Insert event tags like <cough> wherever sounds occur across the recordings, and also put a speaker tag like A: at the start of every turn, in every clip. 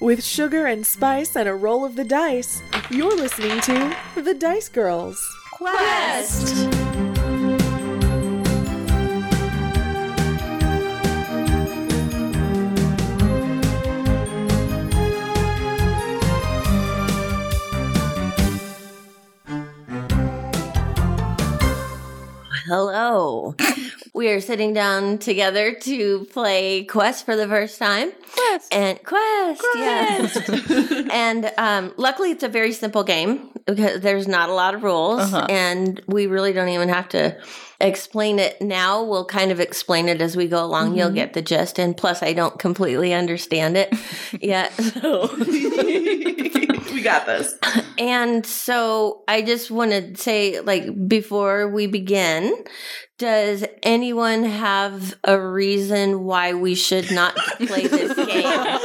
A: With sugar and spice and a roll of the dice, you're listening to The Dice Girls.
B: Quest! Hello. We are sitting down together to play Quest for the first time.
C: Quest.
B: And Quest, yeah. <laughs> and um, luckily, it's a very simple game because there's not a lot of rules,
C: Uh-huh.
B: and we really don't even have to explain it now. We'll kind of explain it as we go along. You'll get the gist. And plus, I don't completely understand it yet. So.
C: <laughs> we got this.
B: And so I just want to say, like, before we begin, does anyone have a reason why we should not play this game?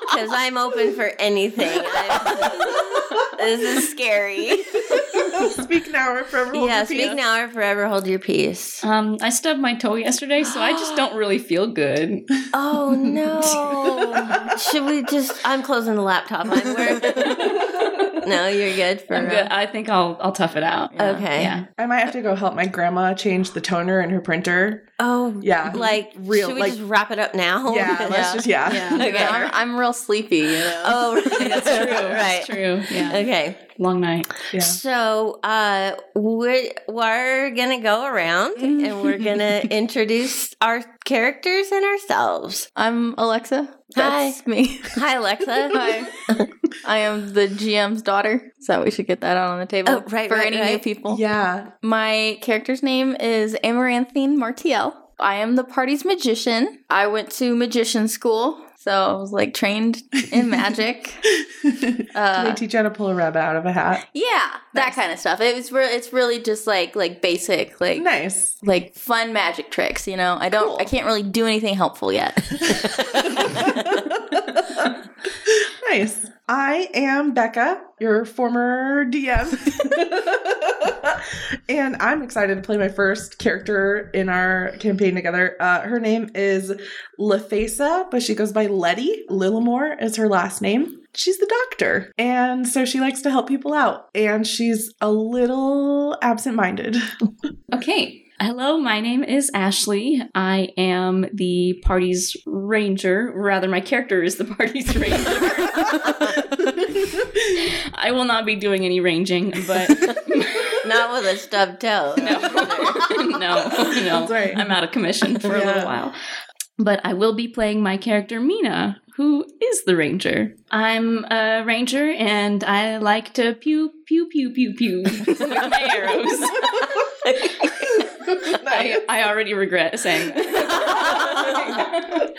B: Because I'm open for <laughs> anything. I'm- this is scary.
A: Speak now or forever.
B: yeah, speak now or forever hold your peace.
D: Um, I stubbed my toe yesterday, so I just don't really feel good.
B: Oh no! <laughs> Should we just? I'm closing the laptop. <laughs> I'm wearing, no, you're good for. uh,
D: I'm good. I think I'll I'll tough it out. Yeah.
B: Okay.
D: Yeah.
A: I might have to go help my grandma change the toner in her printer.
B: Oh
A: Yeah.
B: Like,
A: Real,
B: should we
A: like-
B: just wrap it up now?
A: Yeah, <laughs>
B: <laughs>
A: let's just, yeah.
B: Okay.
C: I'm, I'm real sleepy. You know?
B: Oh, right.
D: That's true.
B: right.
D: That's true. Yeah.
B: Okay.
D: Long night.
A: Yeah.
B: So uh, we're, we're going to go around and we're going <laughs> to introduce our characters and ourselves.
C: I'm Alexa. That's me.
B: Hi, Alexa.
C: Hi. <laughs> I am the GM's daughter, so we should get that out on the table
B: Oh, right,
C: for
B: right,
C: any new
B: right.
C: people.
A: Yeah.
C: My character's name is Amaranthine Martiel. I am the party's magician. I went to magician school, so I was like trained in
B: <laughs>
C: magic.
A: they
C: Uh,
A: teach you how to pull a rabbit out of a hat.
C: yeah, that kind of stuff. It was re- it's really just like like basic like
A: Nice.
C: like fun magic tricks, you know. I don't I can't really do anything helpful yet. <laughs>
A: Nice. I am Becca, your former DM. <laughs> and I'm excited to play my first character in our campaign together. Uh, her name is LaFesa, but she goes by Letty. Lillimore is her last name. She's the doctor. And so she likes to help people out. And she's a little absent <laughs> minded.
D: Okay. Hello, my name is Ashley. I am the party's ranger. Rather, my character is the party's ranger. I will not be doing any ranging, but <laughs>
B: Not with a stubbed toe.
D: no, no, no.
A: That's right.
D: I'm out of commission for a
A: Yeah.
D: little while. But I will be playing my character Mina, who is the ranger. I'm a ranger, and I like to pew pew pew pew pew <laughs> with my arrows. I, I already regret saying
B: <laughs>
D: that.
B: <laughs>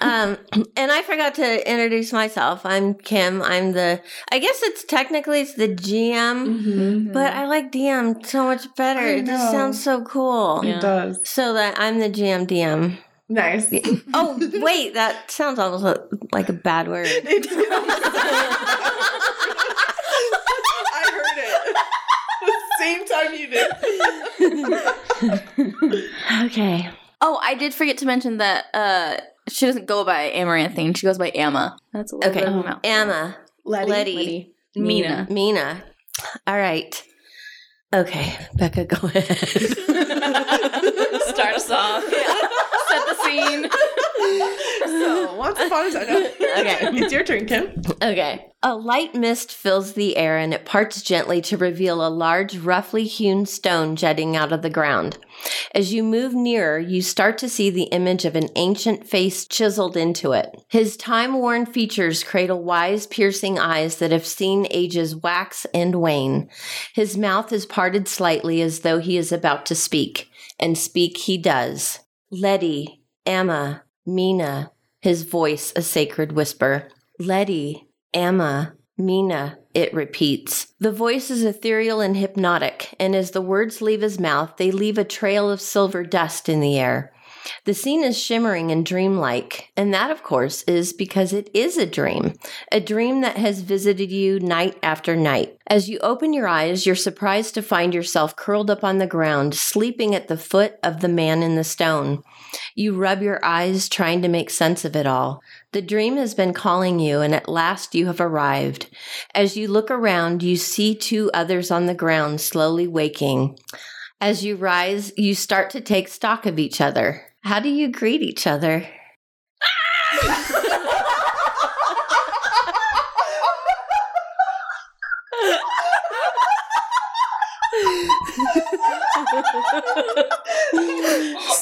B: Um, and I forgot to introduce myself. I'm Kim. I'm the, I guess it's technically it's the GM,
D: Mm-hmm.
B: but I like DM so much better.
A: I
B: It just
A: know.
B: sounds so cool.
C: Yeah.
A: It does.
B: So that I'm the GM DM.
A: Nice.
B: Oh, wait, that sounds almost a- like a bad word.
A: <laughs> It- I heard it. The same time you did.
B: Okay.
C: oh, I did forget to mention that uh she doesn't go by Amaranthine, she goes by Amma. That's a little
B: Okay.
C: bit of a mouthful.
B: Emma,
A: Letty.
B: Letty,
D: Mina.
B: Mina. All right. Okay, Becca, go ahead.
D: Start us off. Set the scene.
A: So once upon a time, no.
B: Okay.
A: <laughs> it's your turn, Kim.
B: Okay. A light mist fills the air and it parts gently to reveal a large, roughly hewn stone jutting out of the ground. As you move nearer, you start to see the image of an ancient face chiseled into it. His time worn features cradle wise, piercing eyes that have seen ages wax and wane. His mouth is parted slightly as though he is about to speak, and speak he does. Letty, Emma, Mina, his voice a sacred whisper. Letty, Emma, Mina, it repeats. The voice is ethereal and hypnotic, and as the words leave his mouth, they leave a trail of silver dust in the air. The scene is shimmering and dreamlike, and that, of course, is because it is a dream, a dream that has visited you night after night. As you open your eyes, you're surprised to find yourself curled up on the ground, sleeping at the foot of the man in the stone. You rub your eyes trying to make sense of it all. The dream has been calling you, and at last you have arrived. As you look around, you see two others on the ground slowly waking. As you rise, you start to take stock of each other. How do you greet each other?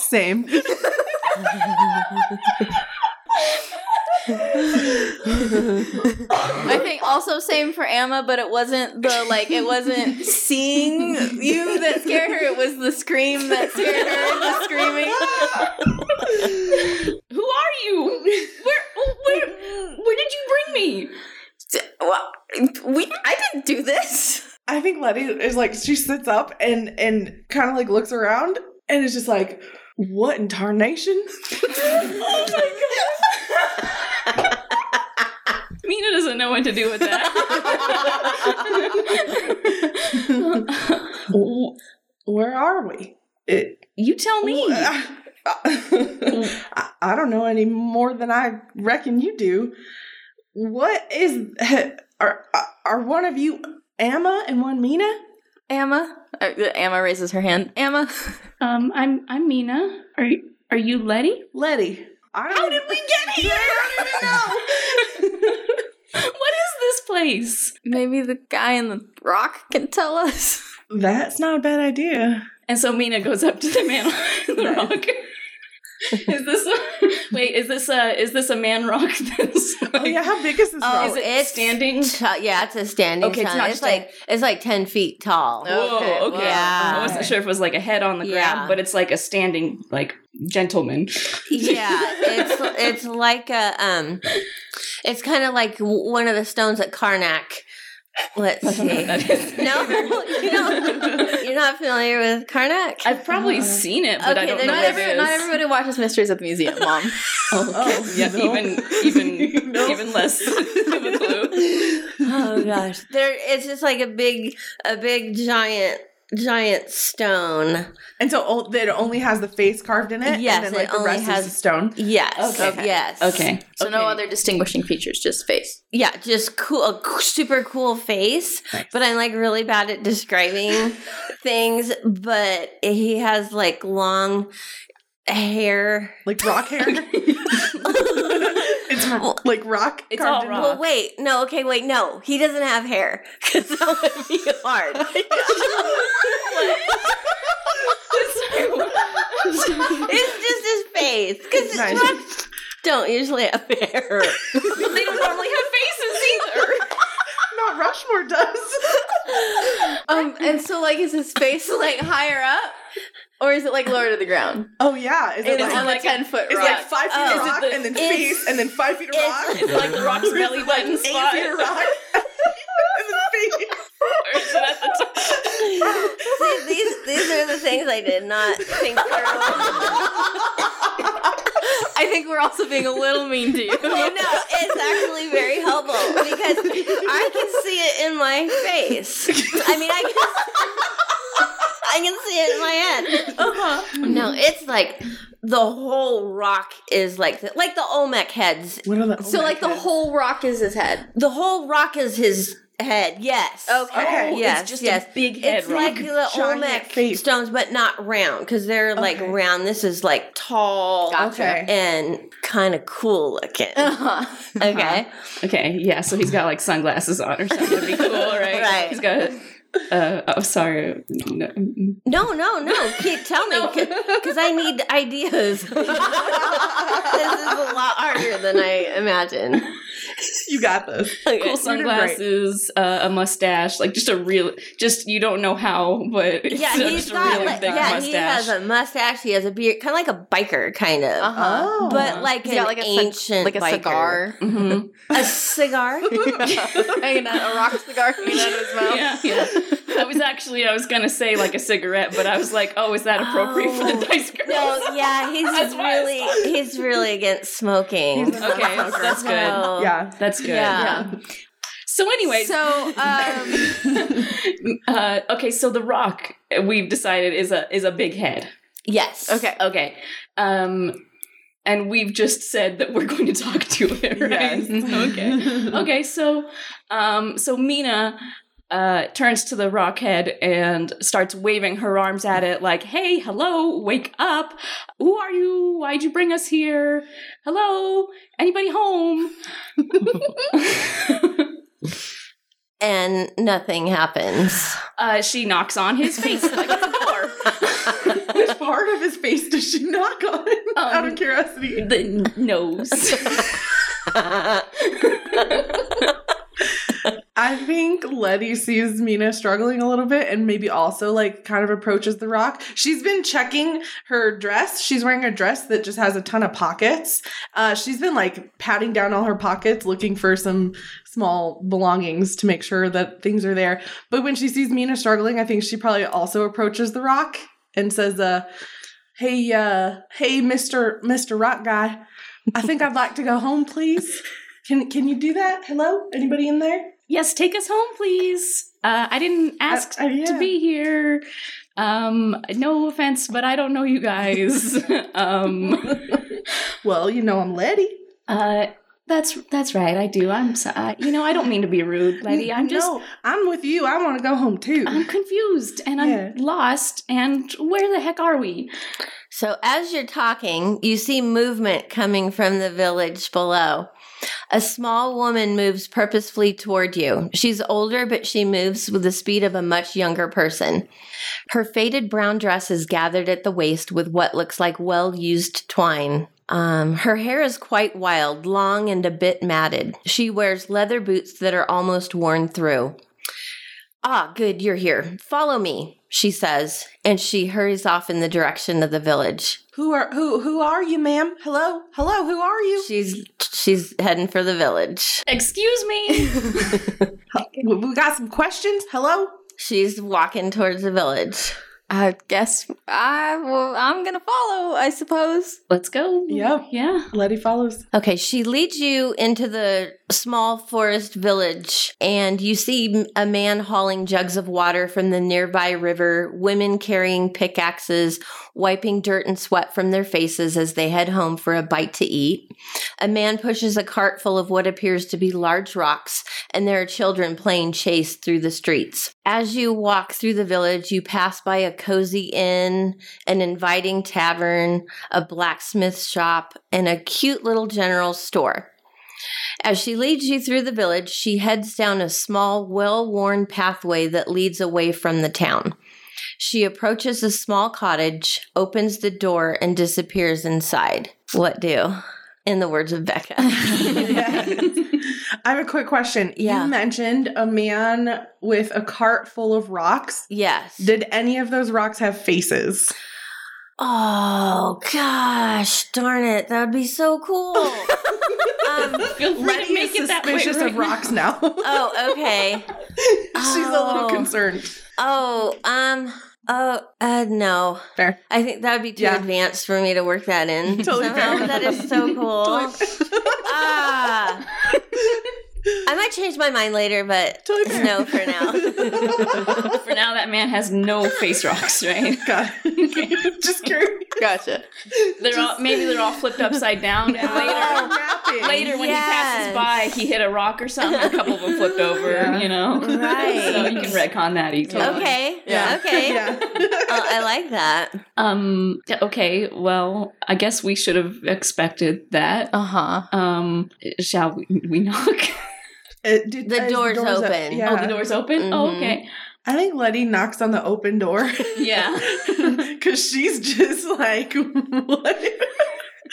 A: Same.
C: I think also same for Emma, but it wasn't the like it <laughs> wasn't seeing you that scared her. It was the scream that scared her. The screaming.
D: Who are you? Where, where, where did you bring me?
C: Well, we I didn't do this.
A: I think Letty is like she sits up and and kind of like looks around and is just like, "What in <laughs> tarnation?"
D: Mina doesn't know what to do with that.
A: W- Where are we? It,
D: <laughs> you tell me.
A: I, I don't know any more than I reckon you do. What is <laughs> are are one of you Amma and one Mina?
C: Emma. Uh, Emma raises her hand. Emma.
D: Um, I'm I'm Mina. Are you, are you Letty?
A: Letty. I don't even-
C: <laughs> get here?
D: what is this place?
C: Maybe the guy in the rock can tell us.
A: That's not a bad <laughs> idea.
D: And so Mina goes up to the man on the rock. is this wait? Is this a is this a man rock? That's
A: Oh yeah, how big is this
B: Oh,
A: rock?
D: it standing?
B: t- <laughs> yeah, it's a standing
D: Okay,
B: okay,
D: it's not
B: It's
D: just
B: like it's like ten feet tall.
C: Oh, okay,
D: Whoa, okay.
B: yeah.
D: I wasn't sure if it was like a head on the
B: Yeah.
D: ground, but it's like a standing like gentleman.
B: <laughs> yeah,
D: <laughs>
B: it's it's like a um, it's kind of like w- one of the stones at Karnak. Let's
D: <laughs>
B: see.
D: That is-
B: <laughs> No, you <laughs> don't. You're not familiar with Karnak.
D: I've probably seen it, but
B: Uh-huh.
D: I
B: Okay,
D: don't
B: then
D: know what
C: Not,
B: Yes.
D: it
C: every,
D: is.
C: not everybody watches Mysteries at the Museum, Mom.
A: Oh,
D: yeah,
A: no.
D: even
B: <laughs>
D: even
A: No.
D: even less of a clue.
B: <laughs> oh gosh, there it's just like a big, a big giant, giant stone.
A: And so o- that it only has the face carved in it.
B: Yes,
A: and then,
B: it
A: like the
B: only
A: rest
B: has-
A: is stone.
B: Yes.
D: Okay.
B: Yes.
D: Okay.
C: So no
D: okay.
C: other distinguishing features, just face.
B: Yeah, just cool, a c- super cool face.
A: Nice.
B: But I'm like really bad at <laughs> describing things. But he has like long hair.
A: Like rock hair. <laughs> it's r- like rock.
D: It's
A: carved
D: all
A: in-
D: rock.
B: Well, wait, no, okay, wait, no, he doesn't have hair <laughs> because that would be
D: <laughs>
B: hard. <laughs> it's just his face because
A: Nice.
B: rocks don't usually have hair.
D: <laughs> they don't normally have faces either.
A: Not Rushmore does. <laughs>
C: Um, and so like, is his face like higher up, or is it like lower to the <laughs> ground?
A: Oh yeah, is it
C: It's
A: like,
C: on a ten foot
A: it's
C: rock.
A: like five feet
B: Oh.
A: of rock
D: Is it the-
A: and then
B: it's-
A: face <laughs> and then five feet of
B: it's-
A: rock.
D: It's like Rock's
B: <laughs>
D: belly button
A: Eight feet of rock.
D: spot.
A: and then face.
D: Or is it at the
B: <laughs>
D: top?
B: See, these these are the things I did not think
D: <laughs>
B: through.
C: I think we're also being a little mean to you.
B: Oh, no, it's actually very helpful because I can see it in my face. I mean, I can, I can see it in my head.
D: Uh-huh.
B: No, it's like the whole rock is like the, like the Olmec heads.
A: What are the?
C: <laughs>
A: oh
C: So like the whole rock is his head.
B: The whole rock is his head. Yes.
A: Okay.
D: Oh,
B: Yes,
D: it's just
B: yes.
D: a big head
B: It's
D: rock.
B: like the
A: Giant
B: Olmec
A: face.
B: stones, but not round because they're like
A: Okay.
B: round. This is like tall
A: Gotcha.
B: and kind of cool looking.
C: Uh-huh.
B: Okay.
D: Okay, yeah, so he's got like sunglasses on or something to be <laughs> cool, right?
B: Right.
D: He's got uh oh sorry. No.
B: <laughs> No, no, no. Keep, tell me because I need ideas. this is a lot harder than I imagined.
A: You got this.
D: Cool sunglasses, uh, a mustache, like just a real just you don't know how, but <laughs> it's
B: Yeah,
D: just
B: he's
D: a
B: got
D: really
B: like,
D: big
B: yeah,
D: mustache.
B: he has a mustache. He has a beard, kind of like a biker, kind of,
C: <laughs> Uh-huh.
A: Oh.
B: but like
C: He's
B: an
C: got like a cig-
B: ancient,
C: Like a
B: biker.
C: <laughs> cigar.
D: Mhm.
B: a cigar.
C: hanging out, a rock cigar hanging out of his
D: <laughs>
C: mouth.
D: Yeah, yeah. I was actually I was gonna say like a cigarette, but I was like, oh, is that appropriate for the dice girls?
B: Oh. No, yeah, he's
D: That's what I
B: really he's really against smoking.
A: He's a
D: Okay,
A: motherfucker.
D: that's good.
B: So-
A: Yeah.
D: That's good.
B: Yeah.
D: So anyway,
C: So um,
D: uh, okay, so the rock we've decided is a is a big head.
B: Yes.
C: <laughs> okay.
D: Okay. Um, and we've just said that we're going to talk to
A: <laughs>
D: her. Right? <laughs> okay. Okay, so um, so Mina uh, turns to the rock head and starts waving her arms at it, like, "Hey, hello, wake up! Who are you? Why'd you bring us here? Hello, anybody home?"
B: and nothing happens.
D: uh, she knocks on his face like a door.
A: Which part of his face does she knock on? Out of curiosity.
D: the n- nose.
A: I think Letty sees Mina struggling a little bit and maybe also like kind of approaches the rock. She's been checking her dress. She's wearing a dress that just has a ton of pockets. Uh, she's been like patting down all her pockets, looking for some small belongings to make sure that things are there. But when she sees Mina struggling, I think she probably also approaches the rock and says, uh, "Hey, uh, hey, Mister Mister Rock Guy, I think I'd like to go home, please. Can can you do that? Hello, anybody in there?"
D: yes, take us home, please. Uh, I didn't ask
A: uh, yeah.
D: to be here. Um, no offense, but I don't know you guys. <laughs>
A: <laughs>
D: um,
A: Well, you know I'm Letty.
D: uh, that's that's right. I do. I'm so, I, you know I don't mean to be rude, lady. I'm just
A: No, I'm with you. I want to go home too.
D: I'm confused and I'm
A: Yeah.
D: lost. And where the heck are we?
B: So, as you're talking, you see movement coming from the village below. A small woman moves purposefully toward you. She's older, but she moves with the speed of a much younger person. Her faded brown dress is gathered at the waist with what looks like well used twine. Um, her hair is quite wild, long, and a bit matted. She wears leather boots that are almost worn through. Ah, good, you're here. Follow me, she says, and she hurries off in the direction of the village.
A: who are who who are you, ma'am? Hello? Hello, who are you?
B: She's she's heading for the village.
D: Excuse me.
A: <laughs> We we got some questions. Hello?
B: She's walking towards the village.
C: I guess I will, I'm gonna follow. I suppose.
D: Let's go.
A: Yep. <laughs>
D: Yeah.
A: Letty follows.
B: Okay, she leads you into the small forest village, and you see a man hauling jugs of water from the nearby river, women carrying pickaxes, wiping dirt and sweat from their faces as they head home for a bite to eat. A man pushes a cart full of what appears to be large rocks, and there are children playing chase through the streets. As you walk through the village, you pass by a cozy inn, an inviting tavern, a blacksmith shop, and a cute little general store. As she leads you through the village, she heads down a small, well worn pathway that leads away from the town. She approaches a small cottage, opens the door, and disappears inside. What do? In the words of Becca.
A: <laughs> I have a quick question.
B: Yeah.
A: You mentioned a man with a cart full of rocks.
B: yes.
A: Did any of those rocks have faces?
B: oh, gosh. Darn it. That would be so cool. um,
D: Feel free
A: Letty
D: to make
A: is
D: it that way.
A: suspicious
D: right
A: of
D: now.
A: rocks now. <laughs>
B: oh, okay.
A: She's a little
B: Oh.
A: concerned.
B: Oh, um, oh, uh, no.
A: Fair.
B: I think that would be too
A: Yeah.
B: advanced for me to work that in.
A: <laughs> Totally
B: Somehow.
A: fair.
B: That is
A: <laughs>
B: so cool. ah, I might change my mind later, but
A: Totally
B: it's
A: fair.
B: no for
A: <laughs>
B: now.
D: For now, that man has no face rocks, right?
A: <laughs> God. <laughs> Just curious.
C: Gotcha.
D: They're all, maybe they're all flipped upside
A: <laughs>
D: down. And later,
A: Rapping.
D: later when
B: Yes.
D: he passes by, he hit a rock or something. A couple of them flipped over,
A: Yeah.
D: you know. <laughs>
B: Right.
D: So you can retcon that easily.
B: okay.
A: Yeah.
B: Okay.
A: Yeah.
B: Oh, I like that.
D: Um. Okay. Well, I guess we should have expected that.
C: Uh huh.
D: Um. Shall we, we knock? <laughs>
A: Uh, did-
B: The
A: uh,
B: door's
A: up-
B: open.
A: yeah.
D: Oh, the door's open.
B: Mhm.
D: Oh, okay.
A: I think Letty knocks on the open <laughs> door
D: Yeah.
A: because she's just like, <laughs> what? <laughs>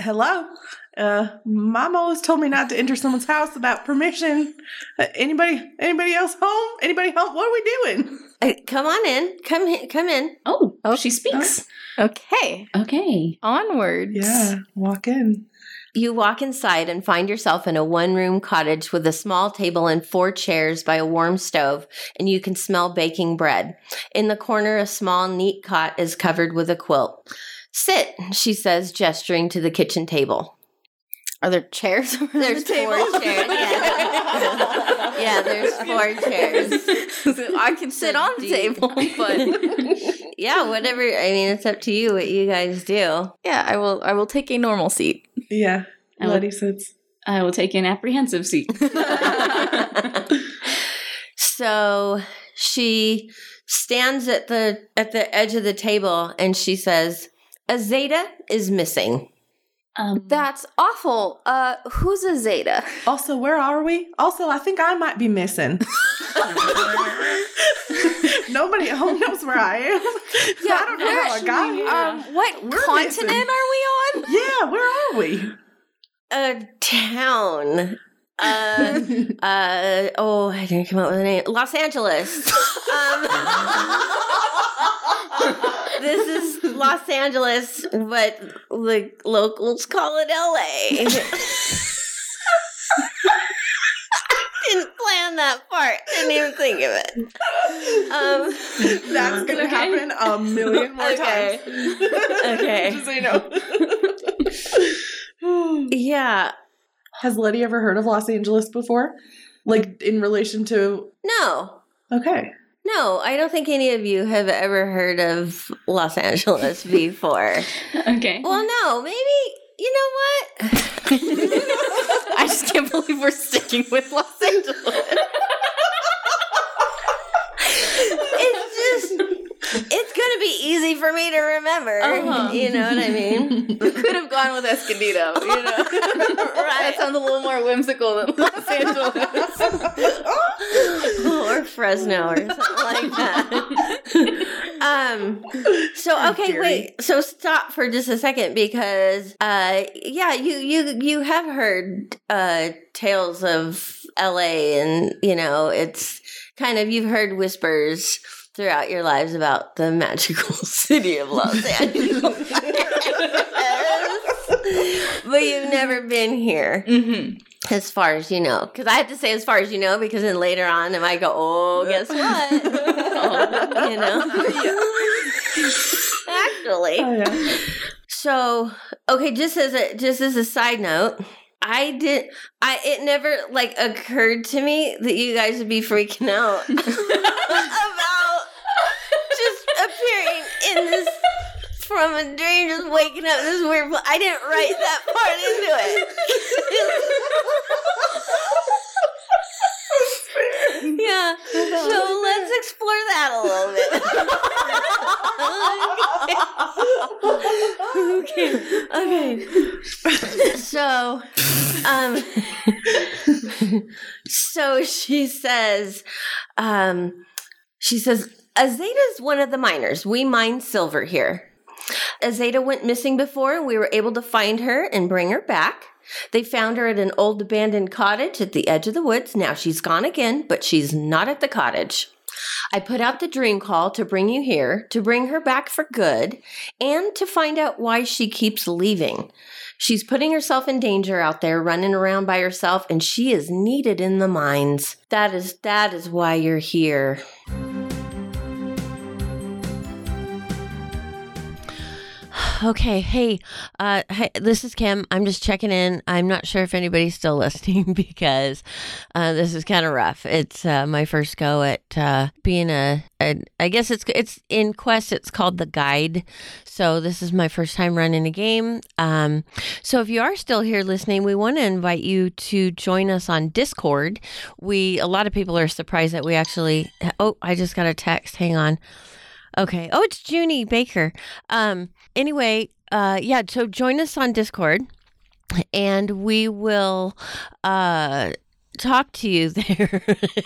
A: Hello? Uh, Mom always told me not to enter someone's house without permission. Uh, anybody? Anybody else home? Anybody home? What are we doing?
B: Uh, Come on in. Come he- come in.
D: <laughs> Oh. Oh, she speaks.
C: Okay.
D: Okay.
C: Onwards.
A: walk in.
B: You walk inside and find yourself in a one room cottage with a small table and four chairs by a warm stove, and you can smell baking bread. In the corner, a small, neat cot is covered with a quilt. Sit, she says, gesturing to the kitchen table.
C: Are there chairs <laughs> over
B: There's
C: the table?
B: four chairs. Yeah.
C: <laughs>
B: yeah, there's four chairs.
C: So <laughs> I can sit on the table,
D: <laughs>
C: but
B: Yeah, whatever. I mean, it's up to you what you guys do.
C: <laughs> yeah, I will. I will take a normal seat.
A: Yeah.
D: I would-
A: Letty sits.
D: I will take an apprehensive seat.
B: so she stands at the at the edge of the table and she says, "A Zeta is missing."
D: Um,
C: That's awful. Uh, who's a Zeta?
A: Also, where are we? Also, I think I might be <laughs> missing. Nobody at home knows where I am. So I don't know
C: where-
A: how I got here.
C: Um, what
A: We're
C: continent
A: missing-
C: are we on?
A: Yeah, where are we?
B: A town. Uh, uh, oh, I didn't come up with a name. Los Angeles. Um, <laughs> this is Los Angeles, but the locals call it LA. <laughs> didn't plan that part. Didn't even think of it. Um,
A: <laughs> That's gonna
D: Okay.
A: happen a million more
B: Okay.
A: times.
B: Okay.
A: Just so you know.
B: yeah.
A: Has Letty ever heard of Los Angeles before? Like in relation to
B: No,
A: Okay.
B: No, I don't think any of you have ever heard of Los Angeles before.
D: <laughs> okay.
B: well, no, maybe you know what?
C: <laughs> I just can't believe we're sticking with Los Angeles.
B: It's just it's gonna be easy for me to remember.
C: Uh-huh.
B: You know what I mean?
C: Could have gone with Escondido, you <laughs> know. That sounds a little more whimsical than Los Angeles.
B: <laughs> or Fresno or something like that. um so okay, wait. So stop for just a second because uh yeah, you you you have heard uh tales of LA and you know, it's kind of you've heard whispers throughout your lives about the <laughs> magical city of Los Angeles. <laughs> but you've never been here.
D: Mm-hmm.
B: As far as you know, because I have to say as far as you know, because then later on I might go, oh, guess what? <laughs> you know, <laughs> actually.
A: Oh, yeah.
B: So okay, just as a just as a side note, I did I it never like occurred to me that you guys would be freaking out about just appearing in this from a dream, just waking up in this weird. pla- I didn't write that part into it. <laughs> yeah. So let's explore that a little bit. okay. Okay. So, um, so she says, um, she says, Azeta's one of the miners. We mine silver here. Azeta went missing before, and we were able to find her and bring her back. They found her at an old abandoned cottage at the edge of the woods. Now she's gone again, but she's not at the cottage. I put out the dream call to bring you here, to bring her back for good, and to find out why she keeps leaving. She's putting herself in danger out there, running around by herself, and she is needed in the mines. That is that is why you're here. <sighs> Okay, hey, uh, hi, this is Kim. I'm just checking in. I'm not sure if anybody's still <laughs> listening because uh, this is kind of rough. It's uh, my first go at uh, being a, a. I guess it's it's in Quest. It's called the Guide. So this is my first time running a game. Um, so if you are still here listening, we want to invite you to join us on Discord. We a lot of people are surprised that we actually. Oh, I just got a text. Hang on. Okay. Oh, it's Junie Baker. Um. Anyway. Uh. Yeah. So join us on Discord, and we will. Uh. Talk to you <laughs> there.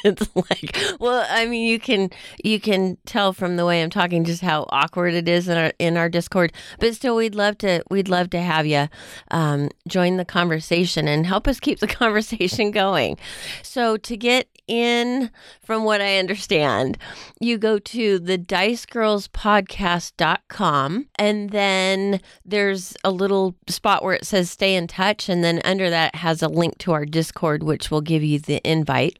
B: it's like, well, I mean, you can you can tell from the way I'm talking just how awkward it is in our in our Discord. But still, we'd love to we'd love to have you um, join the conversation and help us keep the <laughs> conversation going. So to get in, from what I understand, you go to the dicegirlspodcast.com and then there's a little spot where it says stay in touch and then under that has a link to our Discord which will give you the invite.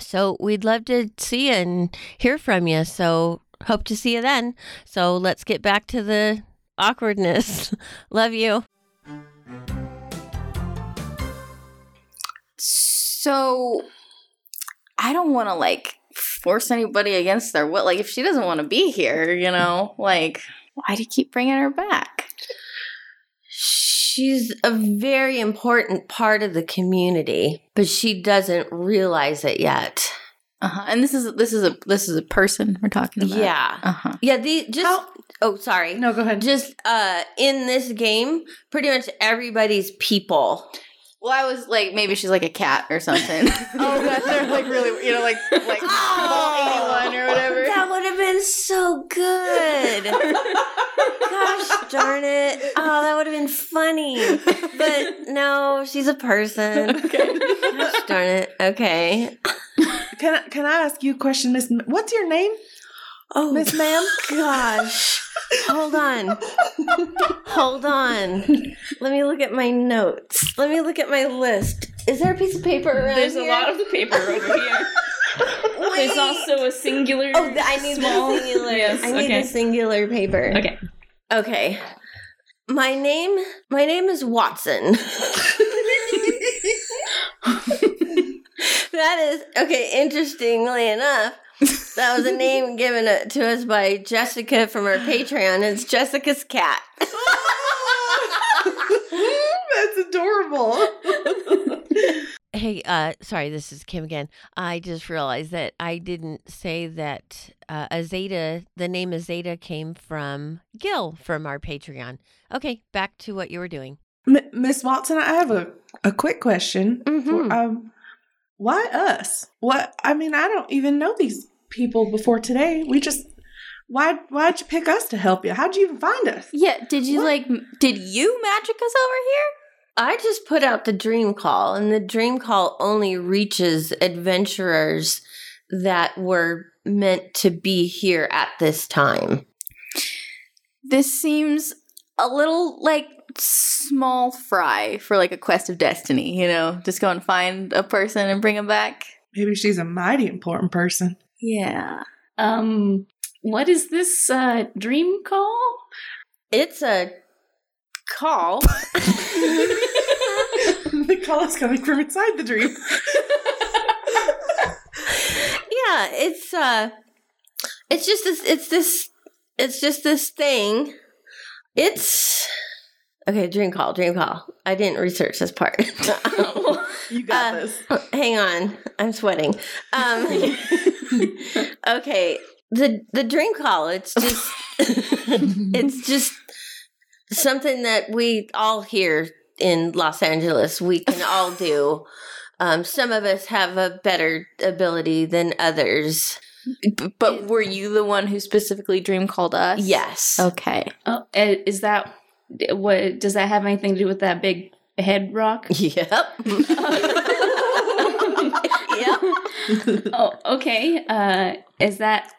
B: So we'd love to see you and hear from you. So hope to see you then. So let's get back <laughs> to the awkwardness. Love you.
C: So I don't want to like force anybody against their will. Like, if she doesn't want to be here, you know, like, why do you keep bringing her back?
B: She's a very important part of the community, but she doesn't realize it yet.
C: Uh-huh. And this is this is a this is a person we're talking about.
B: Yeah.
C: Uh-huh.
B: Yeah, the just
A: How-
B: Oh, sorry.
A: No, go ahead.
B: Just uh in this game, pretty much everybody's people.
C: Well, I was like, maybe she's like a cat or something. <laughs> <laughs> oh, that's they're like <laughs> really, you know, like like
B: Oh!
C: eighty one or whatever. <laughs>
B: That would have been so good. Gosh darn it. Oh, that would have been funny. But no, she's a person. Gosh darn it. Okay.
A: <laughs> Can I, can I ask you a question, Miss? M- What's your name,
B: Oh
A: Miss Ma'am?
B: gosh. Hold on. Hold on. Let me look at my notes. Let me look at my list. Is there a piece of paper around
D: There's
B: here?
D: a lot of the paper over
B: <laughs>
D: here. There's
B: Wait.
D: also a singular.
B: Oh, th- I need
D: small.
B: the singular.
D: Yes,
B: I need
D: okay.
B: the singular paper.
D: Okay.
B: Okay. My name my name is Watson. <laughs> that is okay, interestingly enough. That was a
E: <laughs>
B: name given uh, to us by Jessica from our Patreon. It's Jessica's cat.
E: <laughs>
A: That's
B: <laughs>
A: adorable.
E: Hey, uh, sorry, this is Kim again. I just realized that I didn't say that uh, Azeta, the name Azeta came from Gil from our Patreon. Okay, back to what you were doing.
A: M- Miss Watson, I have a, a quick question.
C: Mm-hmm.
B: Mhm.
A: For, um, why us? What I mean, I don't even know these people before today. We just why why'd you pick us to help you? How'd you even find us?
C: Yeah, did you
A: What?
C: like? m- Did you magic us over
B: I just put out the dream call, and the dream call only reaches adventurers that were meant to be here at this time.
C: here? This seems a little like small fry for like a quest of destiny. You know, just go and find a person and bring them back.
A: Maybe she's a mighty important person.
C: Yeah.
D: Um, what is this uh, dream call?
B: It's a call.
A: <laughs> the call is coming from inside the
B: <laughs>
A: dream.
B: yeah, it's uh it's just this it's this it's just this thing. It's okay, dream call, dream call. I didn't research this part.
A: <laughs> You got
B: Uh,
A: this.
B: Oh, hang on i'm sweating um <laughs> okay the the dream call it's just <laughs> it's just something that we all here in los angeles we can all do um, some of us have a better ability than others
C: B- but were you the one who specifically dream called us?
B: yes
C: Okay.
D: Oh, eh, is that what? Does that have anything to do with that big
B: <laughs>
D: head rock?
B: <laughs> yep yep
D: oh, okay. Uh, is that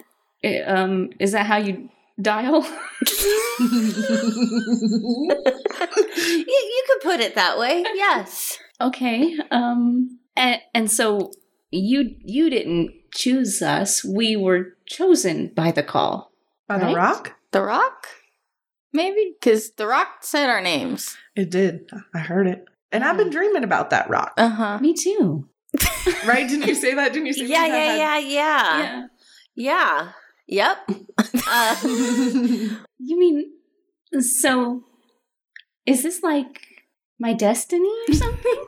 D: eh, um, is that how you dial? <laughs>
B: you, you could put it that way yes
D: okay. Um, and, and so you you didn't choose us. We were chosen by the call.
A: By the
D: right?
A: rock?
C: The Rock? Maybe? Because The Rock said our names.
A: It did. I heard it. And I've been dreaming about that rock.
C: Uh huh.
D: Me too.
A: Right? Didn't you say that? Didn't you say
B: yeah yeah yeah yeah
D: yeah.
B: Yeah. Yep. uh,
D: You mean so? Is this like my destiny or something?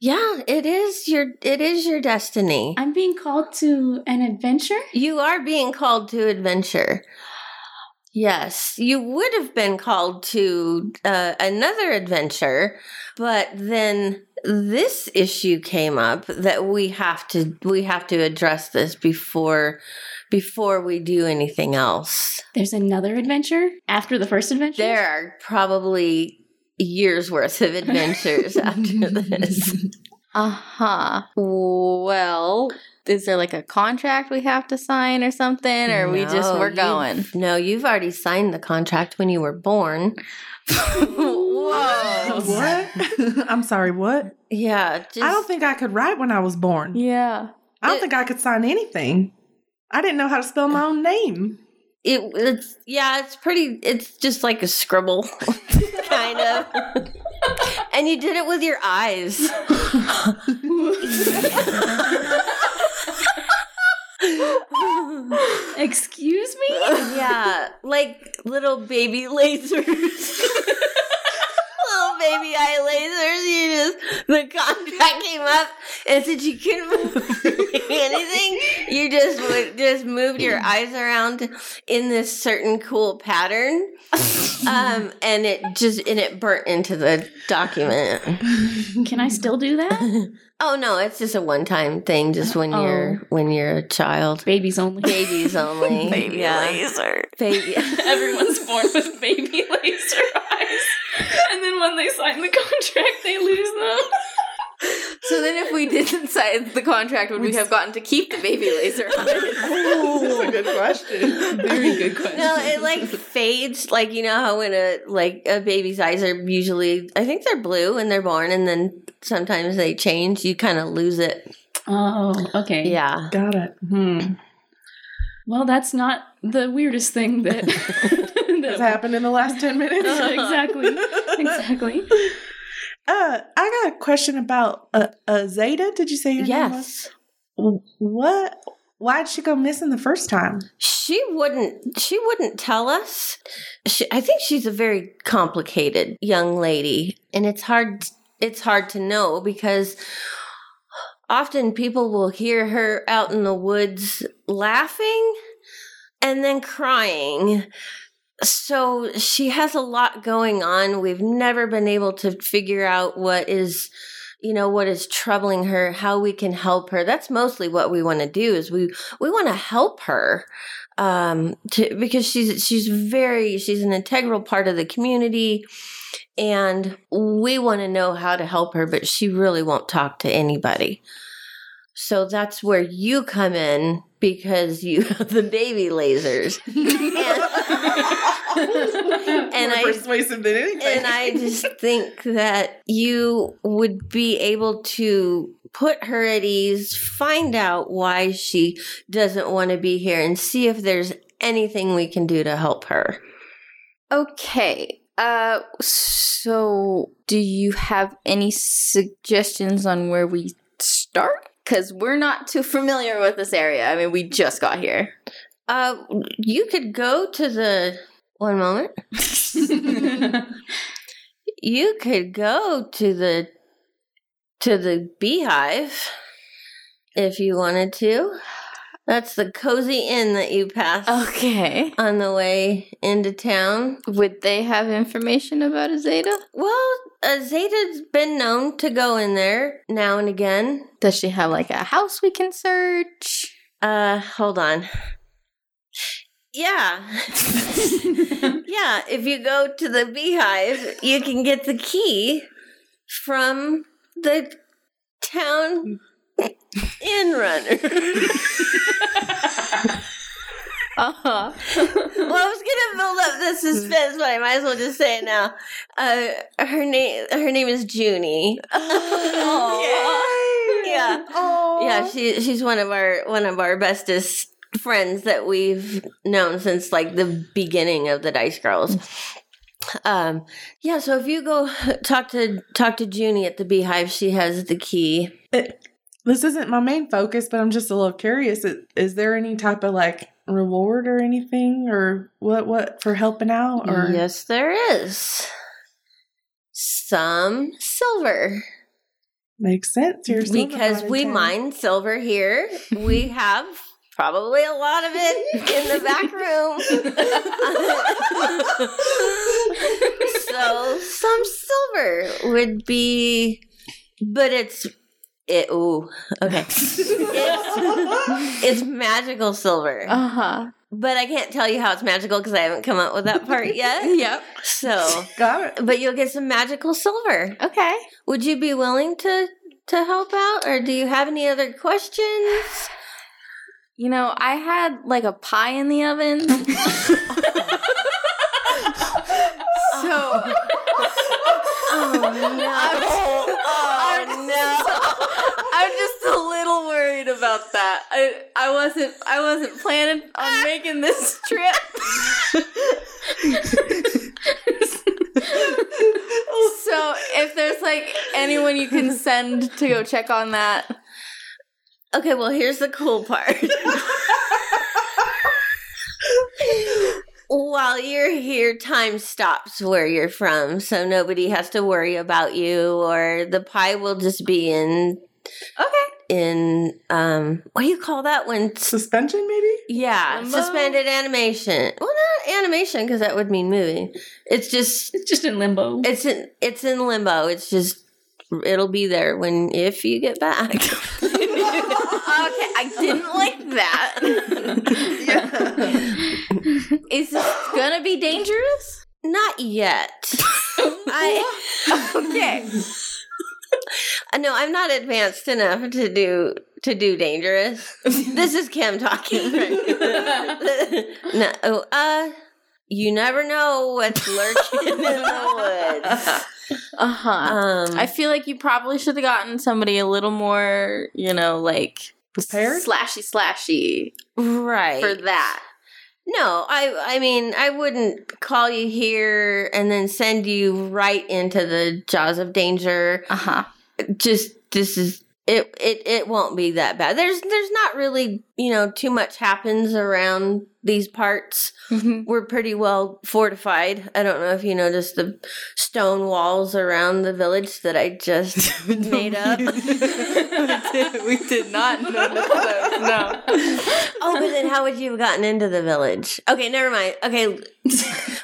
B: yeah, it is your it is your destiny.
D: I'm being called to an adventure.
B: You are being called to adventure. Yes, you would have been called to uh, another adventure, but then this issue came up that we have to we have to address this before before we do anything else.
D: There's another adventure after the first adventure.
B: There are probably years worth of adventures
A: <laughs>
B: after this.
C: Uh huh. Well, is there like a contract we have to sign or something? Or we just,
B: No,
C: we're
B: you-
C: going.
B: No, you've already signed the contract when you were born.
C: <laughs> Whoa.
A: <laughs> What? I'm sorry, what?
B: Yeah, just,
A: I don't think I could write when I was
C: <laughs>
A: born.
C: Yeah.
A: I don't
B: It-
A: think I could sign anything. I didn't know how to spell my own name.
B: it, it's <laughs> yeah, it's pretty. It's just like a scribble, kind of. And you did it with your eyes.
D: Excuse me?
B: yeah, <laughs> like little baby lasers. <laughs> little baby eye lasers. You just, the contract came up and since you couldn't move anything, you just would- just moved your eyes around in this certain cool pattern. Um, and it just, and it burnt into the document.
D: Can I still do that?
B: oh no, it's just a one time thing, just when
D: Oh.
B: you're, when you're a child.
D: Babies only.
B: Babies only.
C: Baby laser.
B: Baby. <laughs>
D: <laughs> Everyone's born with baby <laughs> laser eyes. And then when they sign the contract, they lose them.
C: So then, if we didn't sign the contract, would we have gotten to keep the baby laser?
A: That's a good question.
D: Very good question.
B: No, it like fades. Like you know how when a like a baby's eyes are usually, I think they're blue when they're born, and then sometimes they change. You kind of lose it.
D: Oh, okay.
B: Yeah.
A: Got it. Hmm.
D: Well, that's not the weirdest thing <laughs> that,
A: That's
D: that
A: happened in the last 10 minutes.
D: Uh-huh.
B: Uh-huh.
D: Exactly. <laughs> Exactly.
A: <laughs> Uh, I got a question about uh, uh, Zeta. Did you say your name
B: Yes.
A: was? What? Why'd she go missing the first time?
B: She wouldn't. She wouldn't tell us. She, I think she's a very complicated young lady, and it's hard. It's hard to know because often people will hear her out in the woods laughing and then crying. So she has a lot going on. We've never been able to figure out what is you know what is troubling her how we can help her that's mostly what we want to do is we we want to help her um to because she's she's very she's an integral part of the community and we want to know how to help her but she really won't talk to anybody so that's where you come in because you <laughs> have the baby lasers
A: <laughs>
B: and, and
A: More
B: i
A: persuasive than anything.
B: and I
A: <laughs>
B: just think that you would be able to put her at ease, find out why she doesn't want to be here, and see if there's anything we can do to help her.
C: <laughs> Okay. Uh, so do you have any suggestions on where we start? Because we're not too familiar with this area. I mean, we just got here.
B: Uh, you could go to the one moment. You could go to the to the beehive if you wanted to. That's the cozy inn that you passed
C: Okay.
B: on the way into town.
C: Would they have information about a Zeta?
B: Well, uh, Zeta's been known to go in there now and again.
C: Does she have like a house we can search?
B: Uh, hold on. Yeah. <laughs> yeah, if you go to the beehive, you can get the key from the town inn runner.
C: Uh-huh.
B: well, I was gonna build up the suspense, but I might as well just say it now. Uh, her name her name is Junie. <laughs> Yeah.
A: Oh.
B: Yeah, she she's one of our one of our bestest friends that we've known since like the beginning of the Dice Girls. Um yeah, so if you go <laughs> talk to talk to Junie at the Beehive, she has the key.
A: this isn't my main focus, but I'm just a little curious. Is, is there any type of like reward or anything, or what? What for helping out? Or
B: Yes, there is. Some silver
A: makes sense. You're still
B: because
A: not
B: we
A: in town.
B: mine silver here. We have probably a lot of it in the back room. <laughs> so some silver would be, but it's it. Ooh, okay. It's, it's magical silver,
C: Uh-huh.
B: but I can't tell you how it's magical because I haven't come up with that part
C: <laughs>
B: yet.
C: Yep.
B: So,
A: Got it.
B: but you'll get some magical silver.
C: Okay.
B: Would you be willing to to help out, or do you have any other questions?
C: You know, I had like a pie in the oven. so <laughs>
B: Oh no!
C: Oh, I'm just a little worried about that. I I wasn't I wasn't planning on making this trip. So if there's like anyone you can send to go check on that,
B: Okay, well, here's the cool
C: <laughs>
B: part. While you're here, time stops where you're from, so nobody has to worry about you, or the pie will just be in
C: okay,
B: in um what do you call that when s-
A: Suspension, maybe?
B: yeah
D: Limbo?
B: suspended animation well not animation because that would mean movie it's just
D: It's just in limbo.
B: it's in it's in limbo it's just it'll be there when if you get back
C: okay, I didn't like <laughs> that. Is this gonna be dangerous?
B: <laughs> not yet
C: <laughs>
B: i
C: Okay,
B: no i'm not advanced enough to do to do dangerous this is kim talking <laughs> no oh, uh you never know what's lurking in the woods
C: uh huh.
B: um
C: <laughs> I feel like you probably should have gotten somebody a little more, you know, like
A: Prepared?
C: slashy, slashy
B: right
C: for that.
B: No, I I mean I wouldn't call you here and then send you right into the jaws of danger.
C: Uh huh.
B: Just this is it it it won't be that bad. There's there's not really, you know, too much happens around these parts. We're pretty well fortified. I don't know if you noticed the stone walls around the village that I just made up.
C: we did not notice those. <laughs> No.
B: Oh, but then how would you have gotten into the village? Okay, never mind. Okay,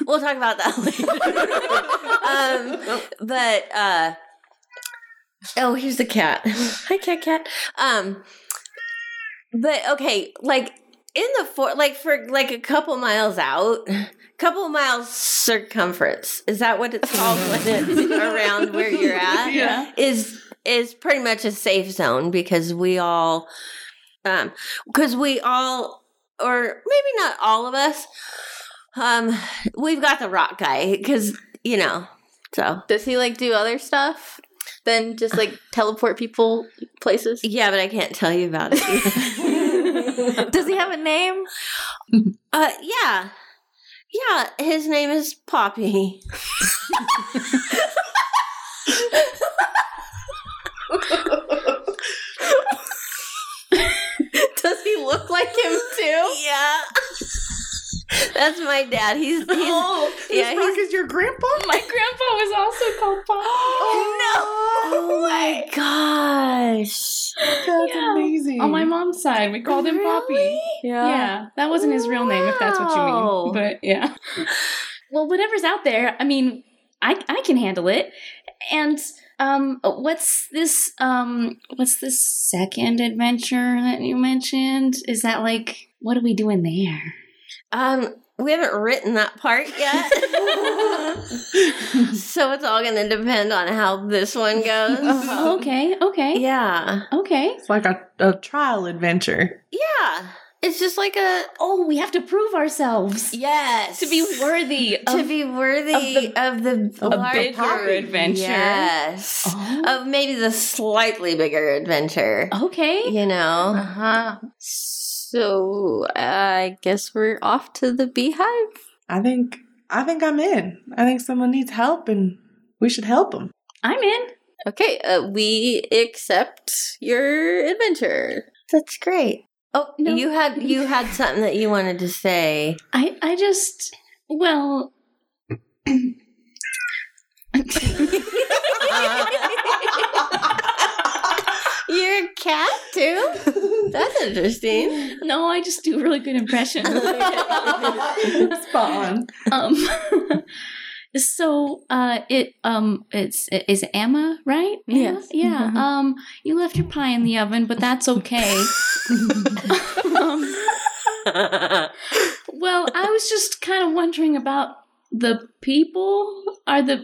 B: we'll talk about that later. um, but uh, oh, here's the cat. <laughs> Hi, cat, cat. Um, but okay, like in the for like for like a couple miles out, couple miles circumference. Is that what it's called when it's around where you're at?
D: Yeah.
B: Is is pretty much a safe zone because we all um because we all or maybe not all of us um we've got the rock guy because you know so
C: Does he like do other stuff than just like teleport people places?
B: yeah but i can't tell you about
C: <laughs>
B: it
C: Does he have a name?
B: uh yeah yeah his name is poppy
C: <laughs> Does he look like him too?
B: yeah that's my dad he's <laughs> he's
C: Oh.
B: yeah
A: Rock
B: he's
A: is your grandpa?
D: My grandpa was also called Bob.
B: oh my gosh
A: That's
D: Yeah.
A: amazing.
D: On my mom's side, we called him Poppy. Yeah. that wasn't his real name, if that's what you
B: Wow.
D: mean. But
B: <laughs>
D: yeah. Well, whatever's out there, I mean, I I can handle it. And um, what's this um, what's this second adventure that you mentioned? Is that like what are we doing there?
B: Um, we haven't written that part yet. so it's all going to depend on how this one goes.
D: Oh, okay, okay,
B: Uh-huh. Yeah.
D: okay.
A: It's like a, a trial adventure.
B: Yeah. It's just like a
D: Oh, we have to prove ourselves
B: yes
D: to be worthy
B: to
D: of
B: be worthy of the,
A: of the
B: larger-
D: bigger adventure.
B: Yes.
D: Oh,
B: Of maybe the slightly bigger adventure.
D: okay.
B: You know.
C: huh. So I guess we're off to the beehive.
A: I think I think I'm in. I think someone needs help and we should help them.
D: I'm in.
C: Okay, uh, we accept your adventure.
B: That's great. Oh,
D: No.
B: you had you had something that you wanted to say.
D: I I just well <laughs>
B: You're a cat too? That's interesting.
D: <laughs> no, I just do really good impressions.
A: Spot on.
D: um <laughs> so uh it um it's it is Emma, right? Emma?
C: Yes.
D: Yeah.
C: Mhm.
D: Um you left your pie in the oven, but that's okay. um, well, I was just kind of wondering about the people. Are the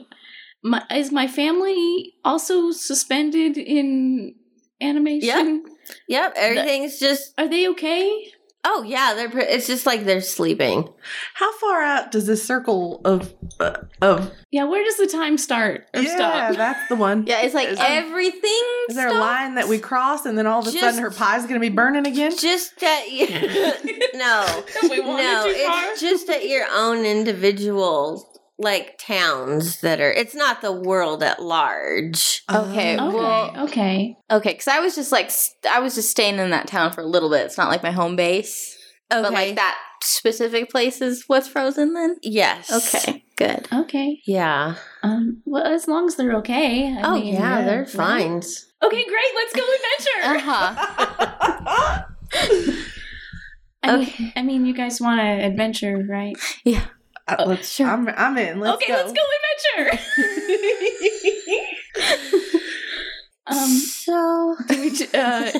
D: my, is my family also suspended in animation?
B: Yep, everything's just.
D: Are they okay?
B: Oh yeah, they're. Pre- it's just like they're sleeping.
A: How far out does this circle of uh, of
D: Yeah, where does the time start or
A: yeah,
D: stop?
A: that's
D: <laughs>
A: the one.
C: Yeah, it's like
A: Is-
C: everything.
A: Is there a line that we cross and then all of a
B: Just-
A: sudden her pie's gonna be burning again?
B: Just that
D: <laughs>
B: you. no,
D: we wandered
B: no,
D: too far?
B: it's just at your own individual like towns that are it's not the world at large.
C: Okay,
A: Oh,
D: Okay.
C: well,
D: okay.
C: okay, because I was just like, st- I was just staying in that town for a little bit. It's not like my home base,
B: Okay.
C: but like that specific place is what's frozen then?
B: Yes.
C: Okay, good.
D: Okay.
B: Yeah.
D: Um. Well, as long as they're okay. I
B: oh
D: mean,
B: yeah, they're
D: right?
B: fine.
D: Okay, great. Let's go
C: Uh
D: adventure.
C: <laughs> huh.
D: I mean,
B: Okay.
D: I mean, you guys want to adventure, right?
A: Uh, let's,
C: Sure.
A: I'm, I'm in. Let's
D: Oh, okay,
A: go.
D: let's go adventure. um.
B: so
D: Do we,
C: <laughs>
D: j- uh,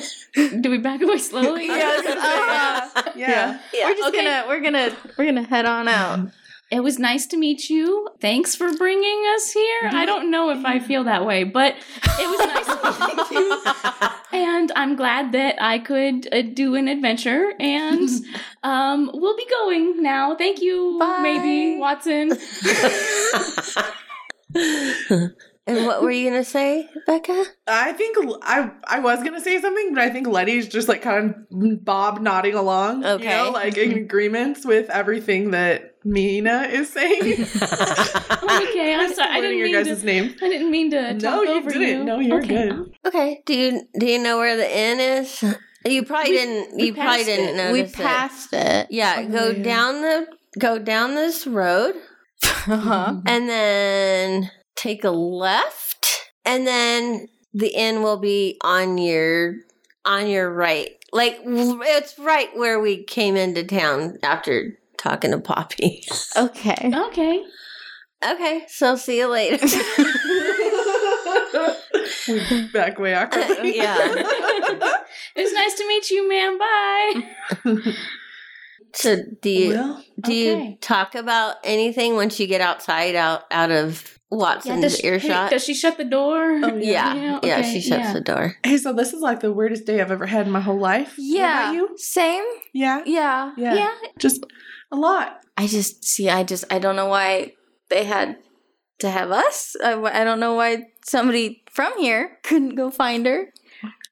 D: do we back
B: <laughs>
D: away <laughs> slowly?
A: Yes, uh-huh. Yeah.
C: We're just
D: Okay.
C: gonna, we're gonna, we're gonna head on out.
D: It was nice to meet you. Thanks for bringing us here. I don't know if I feel that way, but it was nice to meet you. And I'm glad that I could uh, do an adventure. And um, we'll be going now. Thank you,
C: Bye.
D: maybe, Watson.
B: <laughs> And what were you gonna say, Becca?
A: I think l- I I was gonna say something, but I think Letty's just like kind of bob nodding along, you
B: Okay.
A: know, like
D: Mm-hmm.
A: in agreements with everything that Mina is saying.
D: Oh, okay, <laughs> I'm
A: <laughs>
D: sorry. I
A: Learning
D: didn't
A: your
D: mean
A: guys'
D: to. <laughs>
A: name. <laughs>
D: I didn't mean to
A: No,
D: talk
A: you
D: over
A: didn't.
D: you.
A: No, you're
D: Okay.
A: good.
B: Okay. Do you do you know where the inn is? You probably
D: We-
B: didn't.
D: we
B: You probably
D: passed it.
B: didn't
C: we
B: notice it.
C: passed it.
B: Yeah, go
A: yeah.
B: down the go down this road
C: Uh huh.
D: Mm-hmm.
B: and then take a left and then the inn will be on your on your right. Like it's right where we came into town after talking to Poppy. <laughs>
C: Okay.
D: Okay.
B: Okay, so see you later.
A: we back way
D: Uh,
A: awkwardly. <laughs>
B: Yeah.
D: It was nice to meet you, ma'am. Bye.
B: so do you
A: well,
B: do you
D: okay.
B: talk about anything once you get outside out out of Watson's
D: she, hey,
B: earshot?
D: does she shut the door?
A: Oh,
B: yeah.
D: You know,
B: yeah,
D: okay,
B: she shuts
D: yeah.
B: the door.
A: hey, so this is like the weirdest day I've ever had in my whole life. What
C: Yeah.
A: about you?
C: Same.
A: Yeah.
C: Yeah.
A: Yeah.
D: yeah.
A: Just a lot.
C: I just see. I just. I don't know why they had to have us. I, I don't know why somebody from here <laughs> couldn't go find her.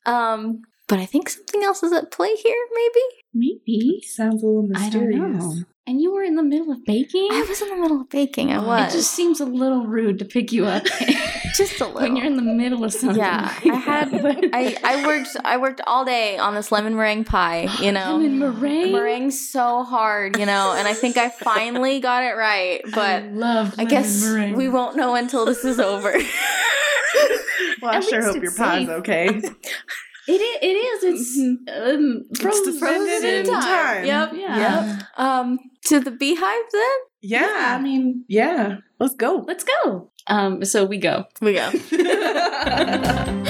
C: Um. But I think something else is at play here. Maybe
D: Maybe.
A: Sounds a little mysterious.
D: I don't know. And you were in the middle of baking?
C: I was in the middle of baking. I was
D: It just seems a little rude to pick you up <laughs>
C: just a
D: when you're
C: little.
D: in the middle of something.
C: Yeah,
D: like
C: I had-
D: that, <laughs> but-
C: I, I worked I worked all day on this lemon meringue pie, you know.
D: Lemon meringue.
C: meringue so hard, you know, and I think I finally got it right, but
D: I <laughs> love.
C: I guess
D: lemon meringue.
C: we won't know until this is over. <laughs>
A: Well, I
D: At
A: sure
D: least
A: hope your
D: it's
A: pie's
D: safe.
A: okay.
D: It is. It is. It's um, frozen.
A: suspended in
D: Yeah.
A: time.
C: Yep.
D: Yeah.
C: Um to the beehive then?
A: Yeah, I mean,
D: <laughs>
A: yeah. Let's go.
D: Let's go. Um. So we go.
C: We go.
A: Bye.